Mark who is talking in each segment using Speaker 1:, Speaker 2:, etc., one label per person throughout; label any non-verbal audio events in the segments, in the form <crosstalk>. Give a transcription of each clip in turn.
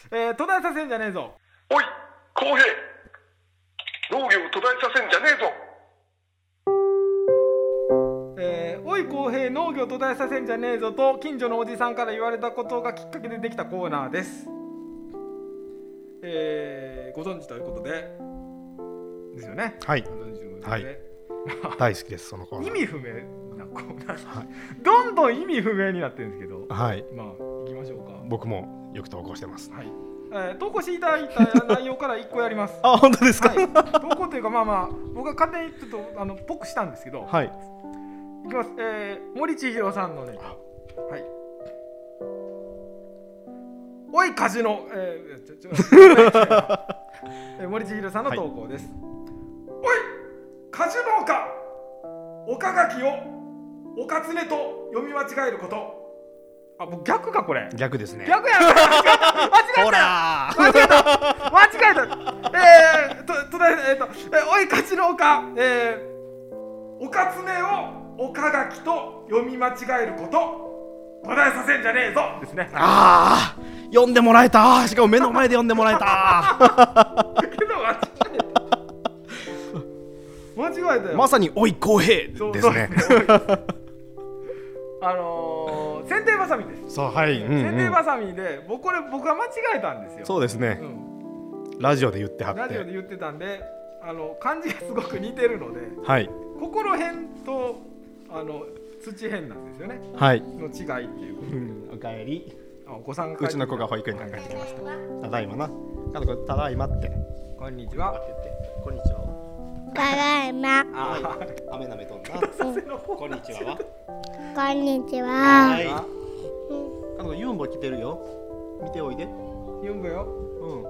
Speaker 1: 途絶えさせんじゃねえぞ
Speaker 2: おい公平農業を途絶えさせんじゃねえぞ
Speaker 1: えー、おい公平農業途絶えさせんじゃねえぞと近所のおじさんから言われたことがきっかけでできたコーナーです、えー、ご存知ということでですよね
Speaker 3: はい
Speaker 1: ご存知ということで、
Speaker 3: はい大好きですそのコーナ
Speaker 1: 意
Speaker 3: ー
Speaker 1: 味不明なコーナー、
Speaker 3: は
Speaker 1: どんどん意味不明になってるんですけど
Speaker 3: はい
Speaker 1: まあ行きましょうか
Speaker 3: 僕もよく投稿してます
Speaker 1: はい、えー、投稿していただいた内容から一個やります
Speaker 3: あ本当ですか
Speaker 1: はい、投稿というかまあまあ僕が勝手にちょっとあのぽくしたんですけど、
Speaker 3: はい、
Speaker 1: い、きます、えー、森千尋さんのね
Speaker 3: あ
Speaker 1: はいおいカジノ、えー、ちょちょえー森千尋さんの投稿です、おいカジノか岡垣をおかつねと読み間違えることあ僕逆かこれ
Speaker 3: 逆ですね
Speaker 1: 逆やん間違えた
Speaker 3: ほら
Speaker 1: 間違えた間違えたえー、と、とだえー、と、えー、おいかちのおか、えー、おかつねをおかがきと読み間違えること途絶えさせんじゃねえぞです <laughs> ね
Speaker 3: ああ読んでもらえたしかも目の前で読んでもらえた
Speaker 1: けど間違えた間違え <laughs> たよ、
Speaker 3: まさにおい公平
Speaker 1: そう
Speaker 3: ですね
Speaker 1: そう <laughs> ですあのー、剪定バサミです
Speaker 3: そうはい、うん
Speaker 1: 剪定
Speaker 3: うん
Speaker 1: バサミで僕これ僕は間違えたんですよ
Speaker 3: そうですね
Speaker 1: うん
Speaker 3: ラジオで言ってはっ
Speaker 1: ラジオで
Speaker 3: て
Speaker 1: 言ってたんであの漢字がすごく似てるので
Speaker 3: はい
Speaker 1: ここら辺とあの土辺なんですよね
Speaker 3: はい
Speaker 1: の違いっていうことで、
Speaker 3: おかえり
Speaker 1: あお子さん
Speaker 3: うちの子が
Speaker 1: ほ
Speaker 3: 保育園から帰ってきましたただいまな家族ただいまって
Speaker 1: こんにちは
Speaker 3: こんにちは
Speaker 4: ただいま。
Speaker 1: あ
Speaker 3: 雨なめとんな
Speaker 1: 風の方
Speaker 3: こんにちはわ
Speaker 4: こんにちは。
Speaker 1: あ
Speaker 3: 家族ユンボ来てるよ見ておいでう
Speaker 1: 読むよ
Speaker 3: ん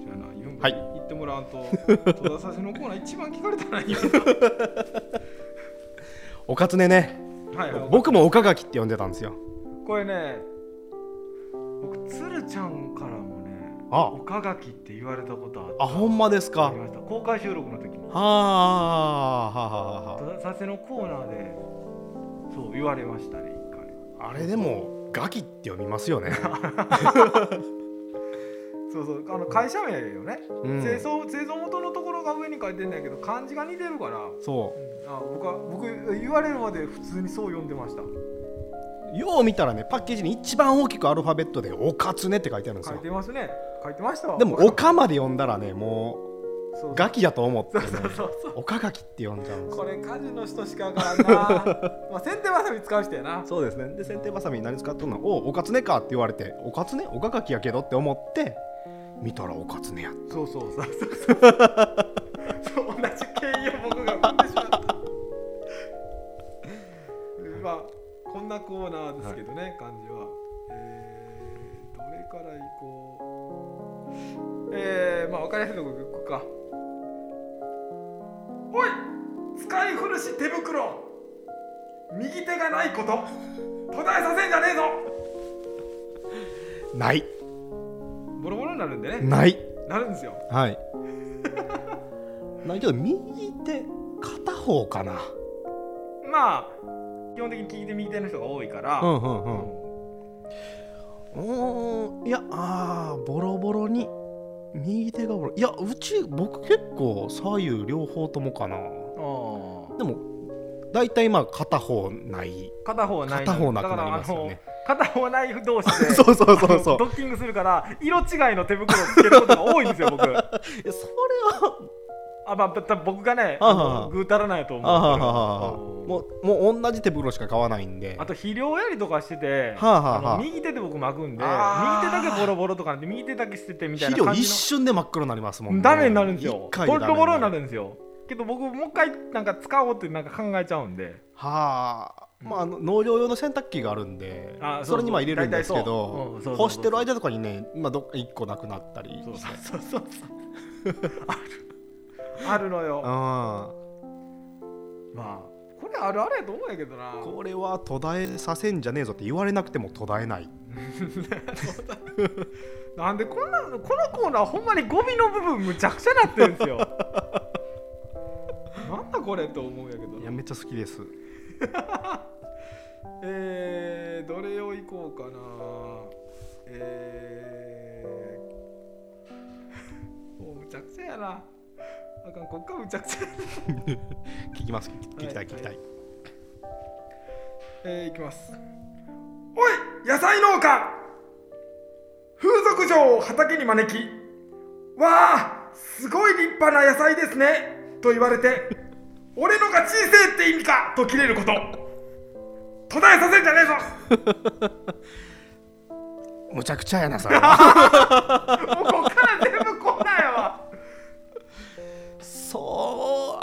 Speaker 1: じゃあな読む、
Speaker 3: はい
Speaker 1: 言ってもらわんと戸田させのコーナー一番聞かれたない
Speaker 3: <laughs>
Speaker 1: よ
Speaker 3: おかつねね
Speaker 1: はいはい
Speaker 3: 僕もおかがきって呼んでたんですよ
Speaker 1: これね僕鶴ちゃんからもね
Speaker 3: あ
Speaker 1: 岡垣って言われたことあった
Speaker 3: あほんまです
Speaker 1: あ
Speaker 3: か
Speaker 1: りました公開収録の時に
Speaker 3: はあはあはあは
Speaker 1: 戸田させのコーナーでそう言われましたね一回
Speaker 3: ああれでもガキって読みますよ <laughs> ね、
Speaker 1: そうそうあの会社名よね、
Speaker 3: うん
Speaker 1: 製造製造元のところが上に書いてんだけど漢字が似てるから、
Speaker 3: そ
Speaker 1: あ僕は僕言われるまで普通にそう読んでました
Speaker 3: うよう見たらねパッケージに一番大きくアルファベットで「おかつね」って書いてあるんです
Speaker 1: 書い
Speaker 3: よ
Speaker 1: てますね書いてましたわ
Speaker 3: でも「おか」まで読んだらねも
Speaker 1: そうう
Speaker 3: ガキやと思ってね
Speaker 1: そうそうそう
Speaker 3: おかがきって呼んじゃうんです
Speaker 1: これ家事の人しかわからん <laughs> なまあ先手わさび使う人やな
Speaker 3: そうですねで剪定ばさみ何使っとんの「おおかつねか」って言われて「おかつねおかがきやけど」って思って見たらおかつねや
Speaker 1: そうそうそうそうそうそう同じ経緯を僕が踏んでしまったまあこんなコーナーですけどね、感じはえー、どれから行こうえー、まあ分かりやすいとこ行くかおい使い古し手袋右手がないこと途絶えさせんじゃねえぞ
Speaker 3: ない
Speaker 1: ボロボロになるんでね、
Speaker 3: ない
Speaker 1: なるんですよ
Speaker 3: はい <laughs> ないけど右手片方かな
Speaker 1: まあ基本的に聞いて右手の人が多いから、
Speaker 3: うんうんうん
Speaker 1: う
Speaker 3: うーんいやあーボロボロに右手がボロいやうち僕結構左右両方ともかな
Speaker 1: ああ
Speaker 3: でも大体まあ片方ない
Speaker 1: 片方はない
Speaker 3: 片方なくなりますよね
Speaker 1: だからあの片方はない同士で
Speaker 3: <laughs> そうそうそう
Speaker 1: あ
Speaker 3: そ
Speaker 1: の
Speaker 3: う
Speaker 1: ドッキングするから色違いの手袋をつけることが多いんですよ僕あ
Speaker 3: いやそれは
Speaker 1: まあたた僕がね
Speaker 3: あはは
Speaker 1: あのぐうたらないと思う
Speaker 3: あはははは
Speaker 1: うん
Speaker 3: もうもう同じ手袋しか買わないんで
Speaker 1: あと肥料やりとかしてて、
Speaker 3: はあはあはあ
Speaker 1: あの右手で僕巻くんで
Speaker 3: あ
Speaker 1: 右
Speaker 3: ー
Speaker 1: 手だけボロボロとかなんで右手だけ捨ててみたい
Speaker 3: 肥
Speaker 1: な
Speaker 3: 料
Speaker 1: 感
Speaker 3: 一
Speaker 1: じ
Speaker 3: 瞬で真っ黒になりますもん
Speaker 1: の
Speaker 3: ね
Speaker 1: ダメになるんですよ
Speaker 3: 一
Speaker 1: ボ
Speaker 3: 回でダメ
Speaker 1: ロボロになるんですよけど僕もう一回なんか使おうってなんか考えちゃうんで
Speaker 3: はあまああの農業用の洗濯機があるんで
Speaker 1: あそうそう
Speaker 3: それにまあ入れるんです
Speaker 1: 大
Speaker 3: け
Speaker 1: 体そう
Speaker 3: ど
Speaker 1: うんそうそうそう
Speaker 3: 干してる間とかにねまあどっか一個なくなったり
Speaker 1: そう
Speaker 3: して
Speaker 1: そうそうそうあるあるのよ
Speaker 3: ああ
Speaker 1: まあこれあるあるやと思うんやけどな
Speaker 3: これは途絶えさせんじゃねえぞって言われなくても途絶えない
Speaker 1: なんでこんなこのコーナーほんまにゴミの部分むちゃくちゃなってるんです <laughs> よなんだこれと思うんやけど
Speaker 3: い
Speaker 1: な
Speaker 3: やめっちゃ好きです
Speaker 1: えどれをいこうかなえー、もう <laughs> むちゃくちゃやなあかんこっからむちゃくちゃやな
Speaker 3: 聞きます聞き聞きた
Speaker 1: はいい
Speaker 3: 聞きたい、
Speaker 1: えー、いきますおい野菜農家風俗嬢を畑に招きわあすごい立派な野菜ですねと言われて俺のが人生って意味かと切れること途絶えさせんじゃねえぞ
Speaker 3: むちゃくちゃやなそれは
Speaker 1: もうこっから全部こんなんやわ
Speaker 3: そ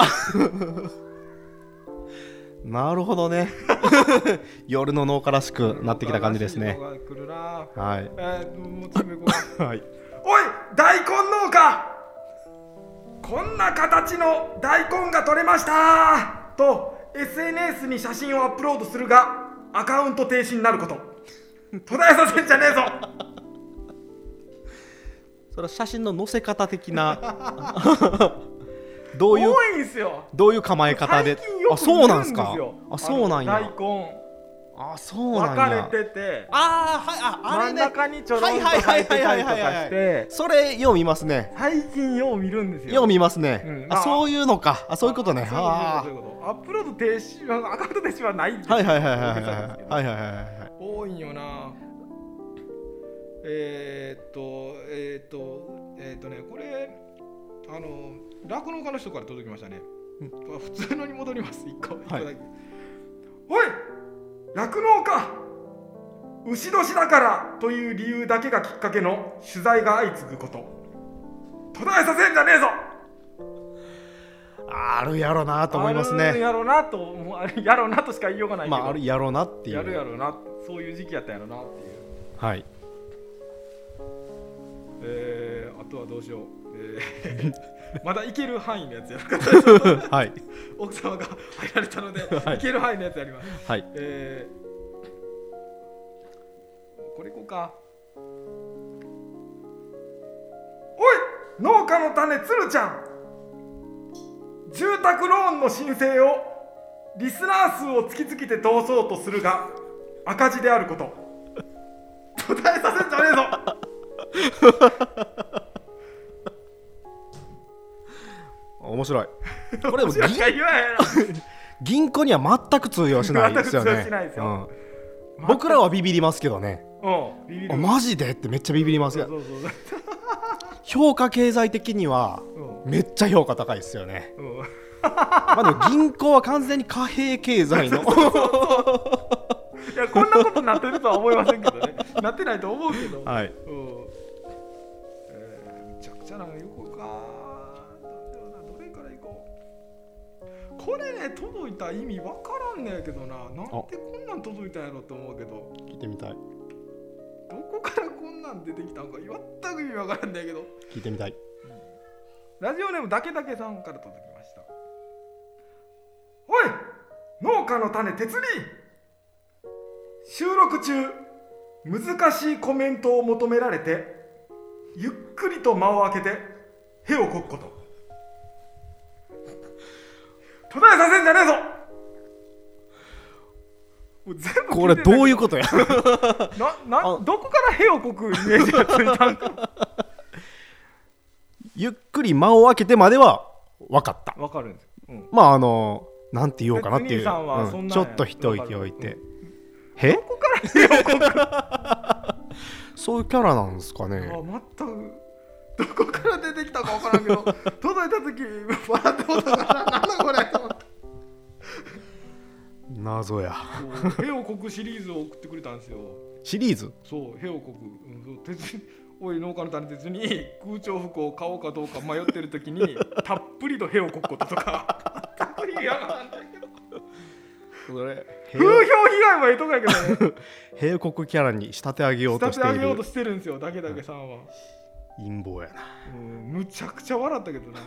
Speaker 3: う <laughs> なるほどね <laughs> 夜の農家らしくなってきた感じです
Speaker 1: 新し
Speaker 3: ね
Speaker 1: いのが来るな
Speaker 3: はい
Speaker 1: えーもう次行こう
Speaker 3: はい
Speaker 1: おい大根農家こんな形の大根が取れましたと SNS に写真をアップロードするがアカウント停止になること途絶えさせんじゃねえぞ
Speaker 3: それは写真の載せ方的な <laughs> どういう
Speaker 1: 多いんすよ
Speaker 3: どういう構え方で
Speaker 1: 最近よ
Speaker 3: あ
Speaker 1: く
Speaker 3: そう
Speaker 1: 見
Speaker 3: な
Speaker 1: る
Speaker 3: ん
Speaker 1: ん
Speaker 3: す
Speaker 1: です
Speaker 3: か
Speaker 1: よ
Speaker 3: あそうなん
Speaker 1: あの
Speaker 3: やあそうなん
Speaker 1: 大根
Speaker 3: や
Speaker 1: 分かれてて
Speaker 3: あーはいああ
Speaker 1: 真
Speaker 3: れ
Speaker 1: ん
Speaker 3: ね
Speaker 1: 中にちょろんと入ってたりとか
Speaker 3: はいはいはいはい
Speaker 1: し
Speaker 3: はい
Speaker 1: て
Speaker 3: それよう見ますね
Speaker 1: 最近よう見るんですよ
Speaker 3: よう見ますね、
Speaker 1: うん
Speaker 3: あ
Speaker 1: まあ
Speaker 3: そういうのかあそういうことね
Speaker 1: そういうこと
Speaker 3: あ
Speaker 1: そういうことアップロード停止はアカウント停止はないんです
Speaker 3: ー
Speaker 1: よ
Speaker 3: はいはいはいはいは
Speaker 1: 大げ
Speaker 3: い
Speaker 1: さですけど
Speaker 3: はいはいはいはい
Speaker 1: 多いんよなえー、っとえー、っとえー、っとねこれあの酪農家の人から届きましたね、あ普通のに戻ります一個一個だけ、おい酪農家牛年だからという理由だけがきっかけの取材が相次ぐこと途絶えさせんじゃねえぞ
Speaker 3: あるやろなと思います
Speaker 1: ある
Speaker 3: ね
Speaker 1: やろなともうあるやろなとしか言いようがないけど、
Speaker 3: まああるやろなっていう
Speaker 1: やるやろなそういう時期やったやろなっていう <laughs>
Speaker 3: はい
Speaker 1: えー、あとはどうしよう、え
Speaker 3: <laughs>
Speaker 1: ーまだいける範囲のやつやる
Speaker 3: はい
Speaker 1: 奥様が入られたので、
Speaker 3: はい
Speaker 1: い、ける範囲のやつやります、
Speaker 3: はい
Speaker 1: えー、これいこうかおい農家の種つるちゃん住宅ローンの申請をリスナー数を突きつけて通そうとするが赤字であること途絶えさせんじゃねえぞ
Speaker 3: <laughs> 面白いこれも
Speaker 1: しか
Speaker 3: 銀
Speaker 1: 言わへ
Speaker 3: <laughs>
Speaker 1: んやろ
Speaker 3: 銀行には全く通用しないですよね
Speaker 1: 全く通用しないですよ
Speaker 3: うん、僕らはビビりますけどね
Speaker 1: うん、ビビる。
Speaker 3: あマジでってめっちゃビビります
Speaker 1: そう
Speaker 3: よ
Speaker 1: そうそう
Speaker 3: 評価経済的にはめっちゃ評価高いですよね
Speaker 1: うん。うん。
Speaker 3: まあでも銀行は完全に貨幣
Speaker 1: <laughs>
Speaker 3: 経済の
Speaker 1: いや、こんなことなってるとは思いませんけどね。なってないと思うけど。
Speaker 3: はい
Speaker 1: うん。えー、むちゃくちゃなんか行こうか。どうしような、どれから行こう。これね、届いた意味わからんねやけどな。なんでこんなん届いたんやろと思うけど。
Speaker 3: 聞いてみたい
Speaker 1: どこからこんなん出てきたんか、全く意味わからんねやけど。
Speaker 3: 聞いてみたい
Speaker 1: ラジオネームだけだけさんから届きましたおい農家の種鉄に収録中難しいコメントを求められてゆっくりと間を空けてへをこくこと途絶えさせんじゃねえぞもう全部
Speaker 3: これどういううことや <laughs>
Speaker 1: なな
Speaker 3: あ
Speaker 1: どこからへをこくイメージがついたんか
Speaker 3: <laughs> ゆっくり間を空けてまでは分かった
Speaker 1: わかるんですよ、うん
Speaker 3: まああのなんて言おうかなってい
Speaker 1: 別に
Speaker 3: う、
Speaker 1: さんは
Speaker 3: うん
Speaker 1: そんなん
Speaker 3: ちょっと一息置いて、へ
Speaker 1: こからへをこく <laughs>
Speaker 3: そういうキャラなんですかね
Speaker 1: あ全くどこから出てきたか分からんけど届いた時笑ってもうたからなんだこれと思って
Speaker 3: 謎や
Speaker 1: 「へをこく」シリーズを送ってくれたんですよ
Speaker 3: シリーズ
Speaker 1: そう「へをこく」うんそう鉄におい農家の種鉄に空調服を買おうかどうか迷ってる時にたっぷりと「へをこく」こととか全く意味わからんだけど
Speaker 3: それ
Speaker 1: 風評被害はええとこやけどね
Speaker 3: 平国キャラに仕立て上げよう
Speaker 1: 仕
Speaker 3: と
Speaker 1: 立
Speaker 3: してて
Speaker 1: あ
Speaker 3: い
Speaker 1: げようと
Speaker 3: る
Speaker 1: してるんですよだけだけさんは、
Speaker 3: 陰謀やな
Speaker 1: うんむちゃくちゃ笑ったけ
Speaker 3: <laughs>
Speaker 1: どな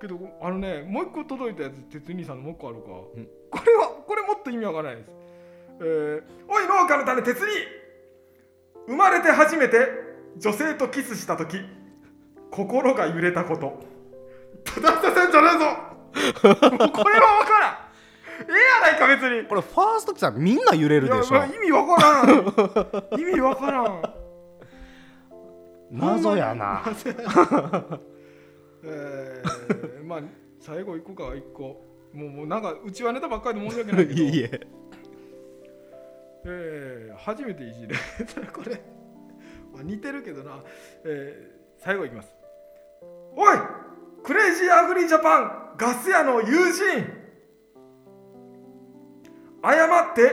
Speaker 1: けどあのねもう一個届いたやつ鉄兄さんのもう一個あるか、
Speaker 3: うん
Speaker 1: これはこれもっと意味わからないです、えーおい農家の種鉄兄生まれて初めて女性とキスした時心が揺れたことたださせんじゃねえぞもうこれはわからんええやないか別に
Speaker 3: <laughs> これファーストキスはみんな揺れる
Speaker 1: いや
Speaker 3: でし
Speaker 1: まあ
Speaker 3: ょ
Speaker 1: 意味わからん意味わからん
Speaker 3: 謎やな
Speaker 1: えー、まあ最後一個か一個もうもうなんかうちはネタばっかりで申し訳ないけど
Speaker 3: <laughs> いえいえ
Speaker 1: えー初めていじれ <laughs> これ、まあ、似てるけどな、えー最後いきますおいクレイジーアグリージャパンガス屋の友人誤って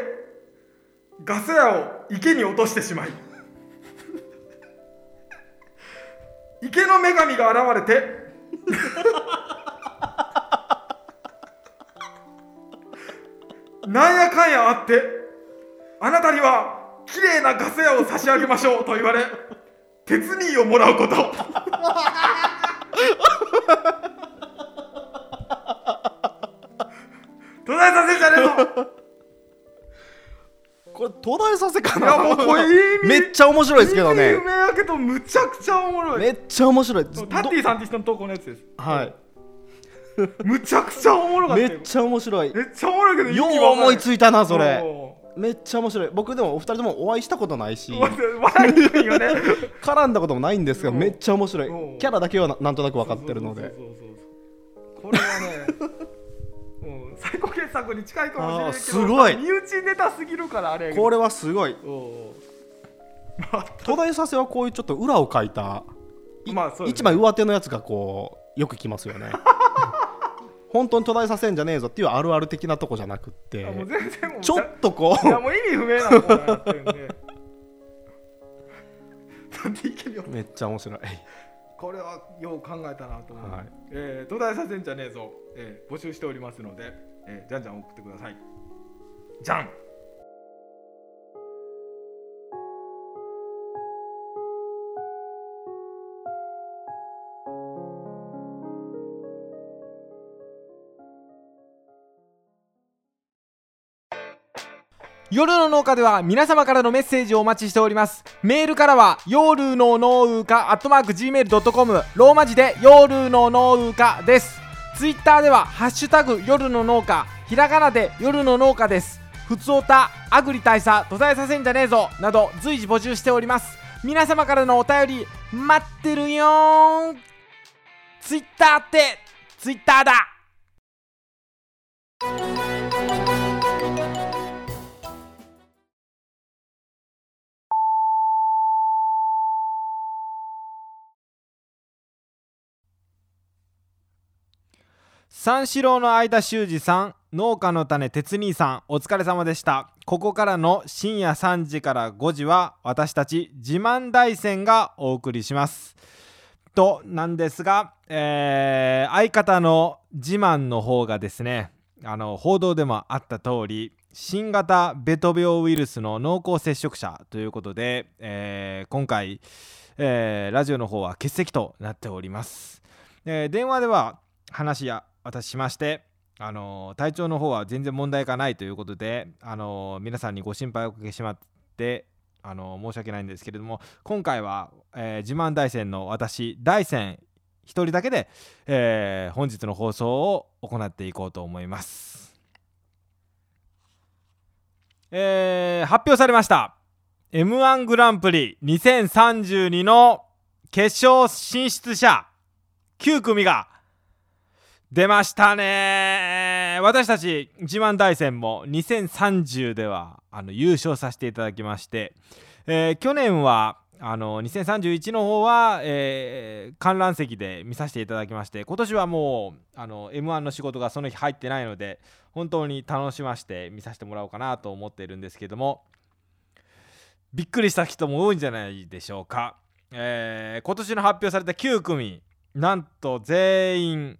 Speaker 1: ガス屋を池に落としてしまい <laughs> 池の女神が現れて <laughs> なんやかんやあってあなたには綺麗なガス屋を差し上げましょうと言われ鉄ーをもらうこと途絶えさせんじゃねえぞ
Speaker 3: これ東大させか
Speaker 1: いやもうこれ意味
Speaker 3: めっちゃ面白いですけどね
Speaker 1: 夢やけどむちゃくちゃおもろい
Speaker 3: めっちゃ面白い
Speaker 1: そうタッティさんって人の投稿のやつです
Speaker 3: どはい
Speaker 1: むちゃくちゃおもろかった
Speaker 3: め
Speaker 1: よ
Speaker 3: っちゃ面白い
Speaker 1: めっちゃおもろいけど
Speaker 3: よう思いつ
Speaker 1: い
Speaker 3: いたなそれ
Speaker 1: れ
Speaker 3: めっちゃ面白い僕でもお二人ともお会いしたことないし
Speaker 1: 笑いにくいよね
Speaker 3: 絡んだこともないんですが
Speaker 1: うん
Speaker 3: めっちゃ面白
Speaker 1: うん
Speaker 3: いキャラだけはななんとなく分かってるので
Speaker 1: そうそうそうそうこれはねもう最高傑作に近いかもしれないけど
Speaker 3: あーすごい
Speaker 1: 身内ネタすぎるからあれ
Speaker 3: こ
Speaker 1: れ
Speaker 3: れはすごい東大させはこういうちょっと裏を書いたい
Speaker 1: まあそうですね
Speaker 3: 一枚上手のやつがこうよく来ますよ
Speaker 1: <laughs>
Speaker 3: ね本当に途絶えさせんじゃねえぞっていうあるある的なとこじゃなくっ
Speaker 1: もう
Speaker 3: て
Speaker 1: 全然もう
Speaker 3: ちょっとこ
Speaker 1: いやもう意味不明なことやってるんでなんでいけるよ
Speaker 3: うめっちゃ面白い
Speaker 1: これはよう考えたなと思う、
Speaker 3: はい
Speaker 1: えー、東大させんじゃねえぞ、えー募集しておりますので、えーじゃんじゃん送ってくださいじゃん
Speaker 5: 夜の農家では皆様からのメッセージをお待ちしておりますメールからは夜の農家アットマーク Gmail.com ローマ字で夜の農家ですツイッターではハッシュタグ夜の農家ひらがなで夜の農家ですふつおたアグリ大佐途絶えさせんじゃねえぞなど随時募集しております皆様からのお便り待ってるよーんツイッターってツイッターだ三四郎の間修二さん農家の種哲兄さんお疲れ様でしたここからの深夜3時から5時は私たち自慢大戦がお送りしますとなんですが、えー相方の自慢の方がですねあの報道でもあった通り新型ベト病ウイルスの濃厚接触者ということで、えー今回、えーラジオの方は欠席となっております、えー電話では話や私しまして、あの体調の方は全然問題がないということで、あの皆さんにご心配をおかけしまって、あの申し訳ないんですけれども今回は、えー自慢大戦の私大戦一人だけで、えー本日の放送を行っていこうと思います。えー発表されました「m 1グランプリ2032」の決勝進出者9組が出ましたね私たち自慢大戦も2030ではあの優勝させていただきまして、えー去年はあの2031の方は、えー観覧席で見させていただきまして今年はもうあの m 1の仕事がその日入ってないので本当に楽しまして見させてもらおうかなと思っているんですけどもびっくりした人も多いんじゃないでしょうか、えー今年の発表された9組なんと全員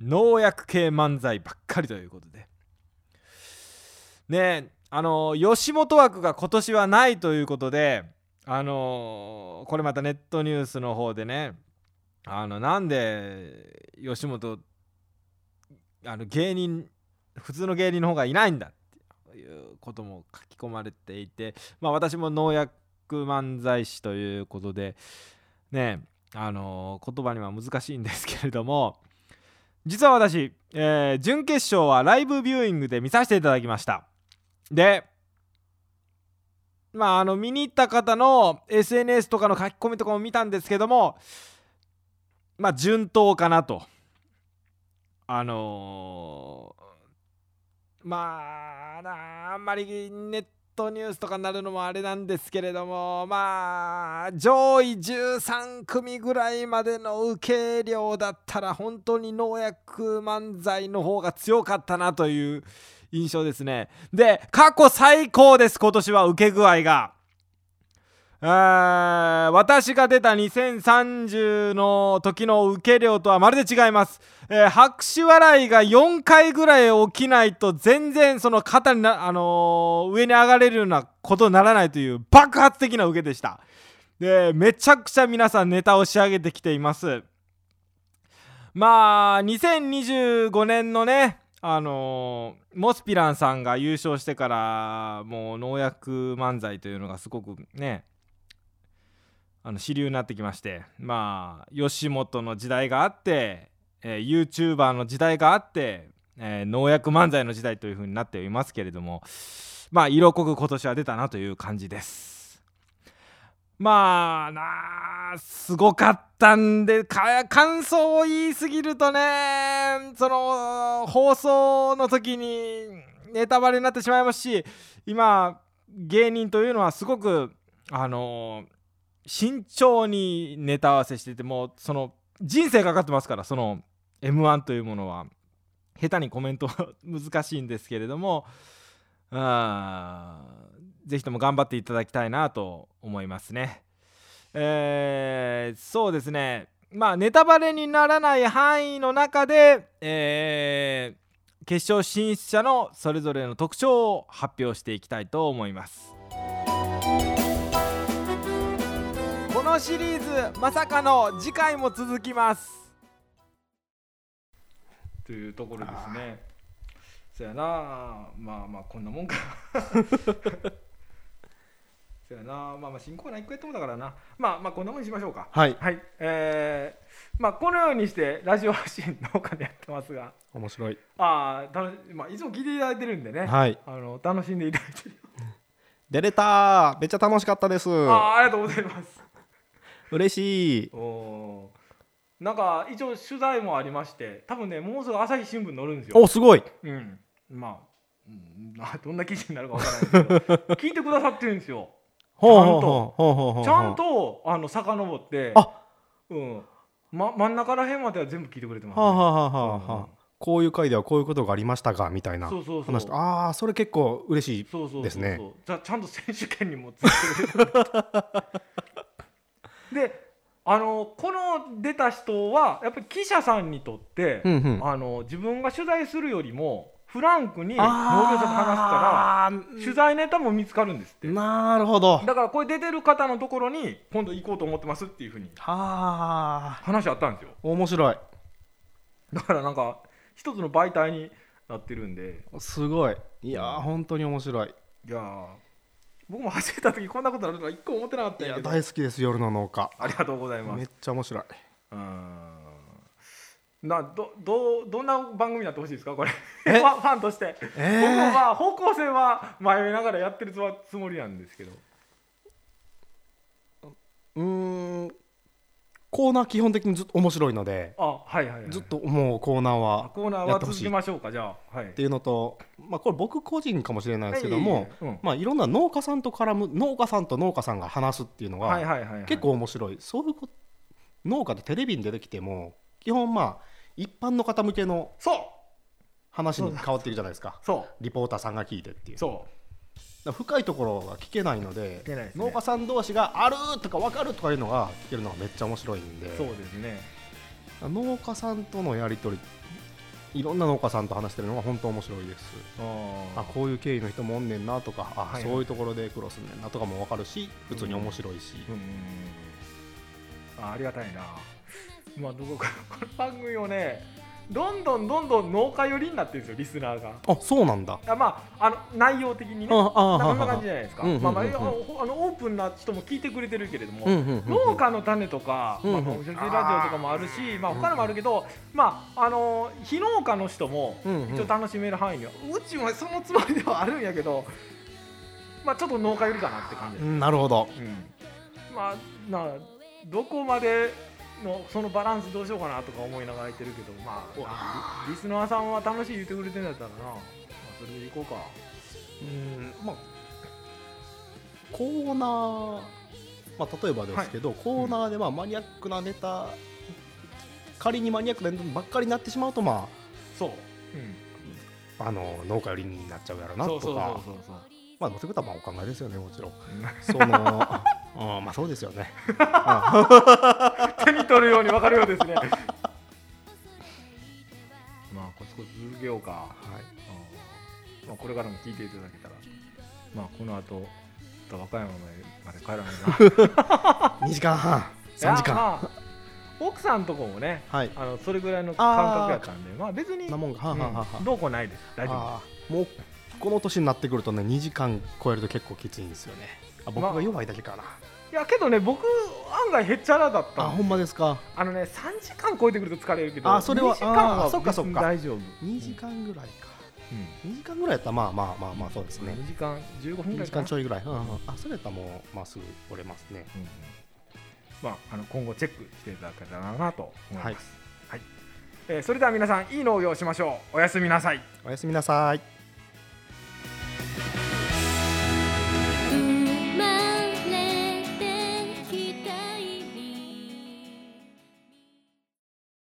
Speaker 5: 農薬系漫才ばっかりということでねえあの吉本枠が今年はないということであのこれまたネットニュースの方でねあのなんで吉本あの芸人普通の芸人の方がいないんだっていうことも書き込まれていてまあ私も農薬漫才師ということでねえあの言葉には難しいんですけれども実は私、えー準決勝はライブビューイングで見させていただきましたでまああの見に行った方の SNS とかの書き込みとかも見たんですけどもまあ順当かなとあのーまあなああんまりネットニュースとかになるのもあれなんですけれどもまあ上位13組ぐらいまでの受け量だったら本当に農薬漫才の方が強かったなという印象ですねで過去最高です今年は受け具合が。えー私が出た2030の時の受け量とはまるで違います、えー拍手笑いが4回ぐらい起きないと全然その肩にな、あのー上に上がれるようなことにならないという爆発的な受けでしたでめちゃくちゃ皆さんネタを仕上げてきていますまあ2025年のねあのーモスピランさんが優勝してからもう農薬漫才というのがすごくねあの主流になってきましてまあ吉本の時代があって、えー、YouTuber の時代があって、えー農薬漫才の時代というふうになっていますけれどもまあ色濃く今年は出たなという感じです。まあなあすごかったんでか感想を言いすぎるとねその放送の時にネタバレになってしまいますし今芸人というのはすごくあの慎重にネタ合わせしててもうその人生かかってますからその m 1というものは下手にコメントは <laughs> 難しいんですけれどもあーぜひとも頑張っていただきたいなと思いますね。えーそうですねまあネタバレにならない範囲の中で、えー決勝進出者のそれぞれの特徴を発表していきたいと思います。このシリーズまさかの次回も続きますというところですねそやなまあまあこんなも
Speaker 1: <laughs>
Speaker 5: んかそやなまあまあ新コーナー1個やってもだからなまあまあこんなもんにしましょうか
Speaker 3: はい
Speaker 1: はいえー、まあこのようにしてラジオ発信の他でやってますが
Speaker 3: 面白い
Speaker 1: ああ楽しまあいつも聞いていただいてるんでね、
Speaker 3: はい
Speaker 1: あの楽しんでいただいてる、
Speaker 3: 出れためっちゃ楽しかったです
Speaker 1: ああありがとうございます
Speaker 3: 嬉しい
Speaker 1: おーなんか一応取材もありまして多分ねもうすぐ朝日新聞載るんですよ
Speaker 3: おすごい
Speaker 1: うんまあうんなどんな記事になるかわからないですけど <laughs> 聞いてくださってるんですよ
Speaker 3: ほ
Speaker 1: ち
Speaker 3: う
Speaker 1: ゃ
Speaker 3: ほ
Speaker 1: ん
Speaker 3: う
Speaker 1: と
Speaker 3: ほうほうほうほう
Speaker 1: ちゃんとあの遡って
Speaker 3: あ
Speaker 1: うんま、真ん中らへんまでは全部聞いてくれてます、ね
Speaker 3: はあはあはあはあ
Speaker 1: うん
Speaker 3: はあこういう回ではこういうことがありましたがみたいな
Speaker 1: そうそうそう
Speaker 3: 話とああそれ結構嬉しい
Speaker 1: そうそうそうそう
Speaker 3: ですね
Speaker 1: じゃちゃんと選手権にもついてくれるであのこの出た人はやっぱり記者さんにとって、
Speaker 3: うんうん
Speaker 1: あの自分が取材するよりもフランクに農業者と話すから
Speaker 3: あー
Speaker 1: 取材ネタも見つかるんですって
Speaker 3: なるほど
Speaker 1: だからこれ出てる方のところに今度行こうと思ってますっていうふうに
Speaker 3: はあ
Speaker 1: 話あったんですよ
Speaker 3: 面白い
Speaker 1: だからなんか一つの媒体になってるんです
Speaker 3: ごいいやー本当に面白い
Speaker 1: いやー僕も走った時こんなことになるとは一個も思ってなかった
Speaker 3: い
Speaker 1: んや
Speaker 3: や
Speaker 1: けど
Speaker 3: 大好きです夜の農家
Speaker 1: ありがとうございます
Speaker 3: めっちゃ面白いう
Speaker 1: ーんなどどうどんな番組になってほしいですかこれ <laughs> フ
Speaker 3: え
Speaker 1: ァンファンとして、
Speaker 3: え
Speaker 1: 僕も
Speaker 3: ー
Speaker 1: まあ方向性は迷いながらやってるつもつもりなんですけど
Speaker 3: うーんコーナー基本的にずっと面白いので
Speaker 1: あはいはい、はい、
Speaker 3: ずっともうコーナーは
Speaker 1: コーナー
Speaker 3: や
Speaker 1: は
Speaker 3: ってほ
Speaker 1: 続
Speaker 3: しい
Speaker 1: きましょうかじゃあはい
Speaker 3: っていうのと、まあ、これ僕個人かもしれないですけど
Speaker 1: はい
Speaker 3: も、
Speaker 1: いえいえうん
Speaker 3: まあ、いろんな農家さんと絡む農家さんと農家さんが話すっていうの
Speaker 1: はい
Speaker 3: が
Speaker 1: はいはいはい
Speaker 3: 結構面白い、そういうこと農家ってテレビに出てきても基本まあ一般の方向けの
Speaker 1: そう
Speaker 3: 話に変わってるじゃないですか
Speaker 1: そ
Speaker 3: リポーターさんが聞いてっていうう
Speaker 1: そ
Speaker 3: だから深いところが聞けないので
Speaker 1: 聞けないですね
Speaker 3: 農家さん同士があるとか分かるとかいうのが聞けるのがめっちゃ面白いんで
Speaker 1: うそうですね
Speaker 3: 農家さんとのやり取りいろんな農家さんと話してるのが本当面白いです
Speaker 1: あ
Speaker 3: あこういう経緯の人もおんねんなとかあ、
Speaker 1: はいはい
Speaker 3: そういうところで苦労すんねんなとかも分かるし普通に面白いし、
Speaker 1: うんうんうんあありがたいなまあどこかこの番組をねどんどんどんどん農家寄りになってるんですよリスナーが
Speaker 3: あそうなんだ
Speaker 1: あまああの内容的にね
Speaker 3: あああ
Speaker 1: な
Speaker 3: あ
Speaker 1: んか
Speaker 3: は
Speaker 1: こ
Speaker 3: い
Speaker 1: んな感じ
Speaker 3: は
Speaker 1: じゃないですか、
Speaker 3: うんうんうんうん
Speaker 1: まあまあいやほあのオープンな人も聞いてくれてるけれども、
Speaker 3: うんうんうん
Speaker 1: 農家の種とか、
Speaker 3: うん
Speaker 1: まあ、
Speaker 3: うん
Speaker 1: 女子ラジオとかもあるし、まあ、他のもあるけど、まああのー非農家の人も
Speaker 3: うんうん
Speaker 1: 一応楽しめる範囲には、うちはそのつもりではあるんやけど、まあ、ちょっと農家寄りかなって感じ
Speaker 3: う、んなるほど
Speaker 1: うん、まあなどこまでのそのバランスどうしようかなとか思いながらやってるけど、まあ、リリスナーさんは楽しい言ってくれてんだったらな、まあ、それでいこうか。
Speaker 3: うんまあコーナー、まあ、例えばですけど、コーナーでまあマニアックなネタ、仮にマニアックなネタばっかりになってしまうとま
Speaker 1: そう、うん
Speaker 3: ああの農家寄りになっちゃうやろなとか
Speaker 1: そうそう
Speaker 3: まあどうせことはまあお考えですよねもちろんその <laughs> ああまあそうです
Speaker 1: <laughs>
Speaker 3: よねああ
Speaker 1: 手に取るように分かるよう <laughs> ですねまあコツコツ続けようか、
Speaker 3: はい
Speaker 1: うんまあ、これからも聞いていただけたらまあこの後また和歌山まで帰らないな
Speaker 3: 2時間半3時
Speaker 1: いや
Speaker 3: 間
Speaker 1: まあ奥さんとこもね
Speaker 3: はい
Speaker 1: あのそれぐらいの感覚やったんでまあ別に
Speaker 3: なもんかはあはあはあ
Speaker 1: うんどうこうないです大丈夫
Speaker 3: ああもうこの年になってくるとね2時間超えると結構きついんですよねあ僕が弱いだけかな、
Speaker 1: ですいやけどね僕案外へっちゃらだっ
Speaker 3: あ
Speaker 1: たんで
Speaker 3: ほんまですか
Speaker 1: あのね3時間超えてくると疲れるけど
Speaker 3: あそれ
Speaker 1: 2
Speaker 3: は
Speaker 1: 時間
Speaker 3: あ
Speaker 1: は
Speaker 3: ーそっかそっか
Speaker 1: 大丈夫
Speaker 3: 2時間ぐらいか
Speaker 1: うん
Speaker 3: 2時間ぐらいやったらまあまあまあまあそうですね
Speaker 1: 2時間15分ぐ
Speaker 3: 2
Speaker 1: らい
Speaker 3: 時
Speaker 1: か
Speaker 3: 間
Speaker 1: な
Speaker 3: ちょいぐらい、うんうんあそれやったらもうまあすぐ折れますね
Speaker 1: うんうんまあ、あの今後チェックしていただけたらなと思います、はいえーそれでは皆さんいい農業をしましょうおやすみなさい
Speaker 3: おやすみなさい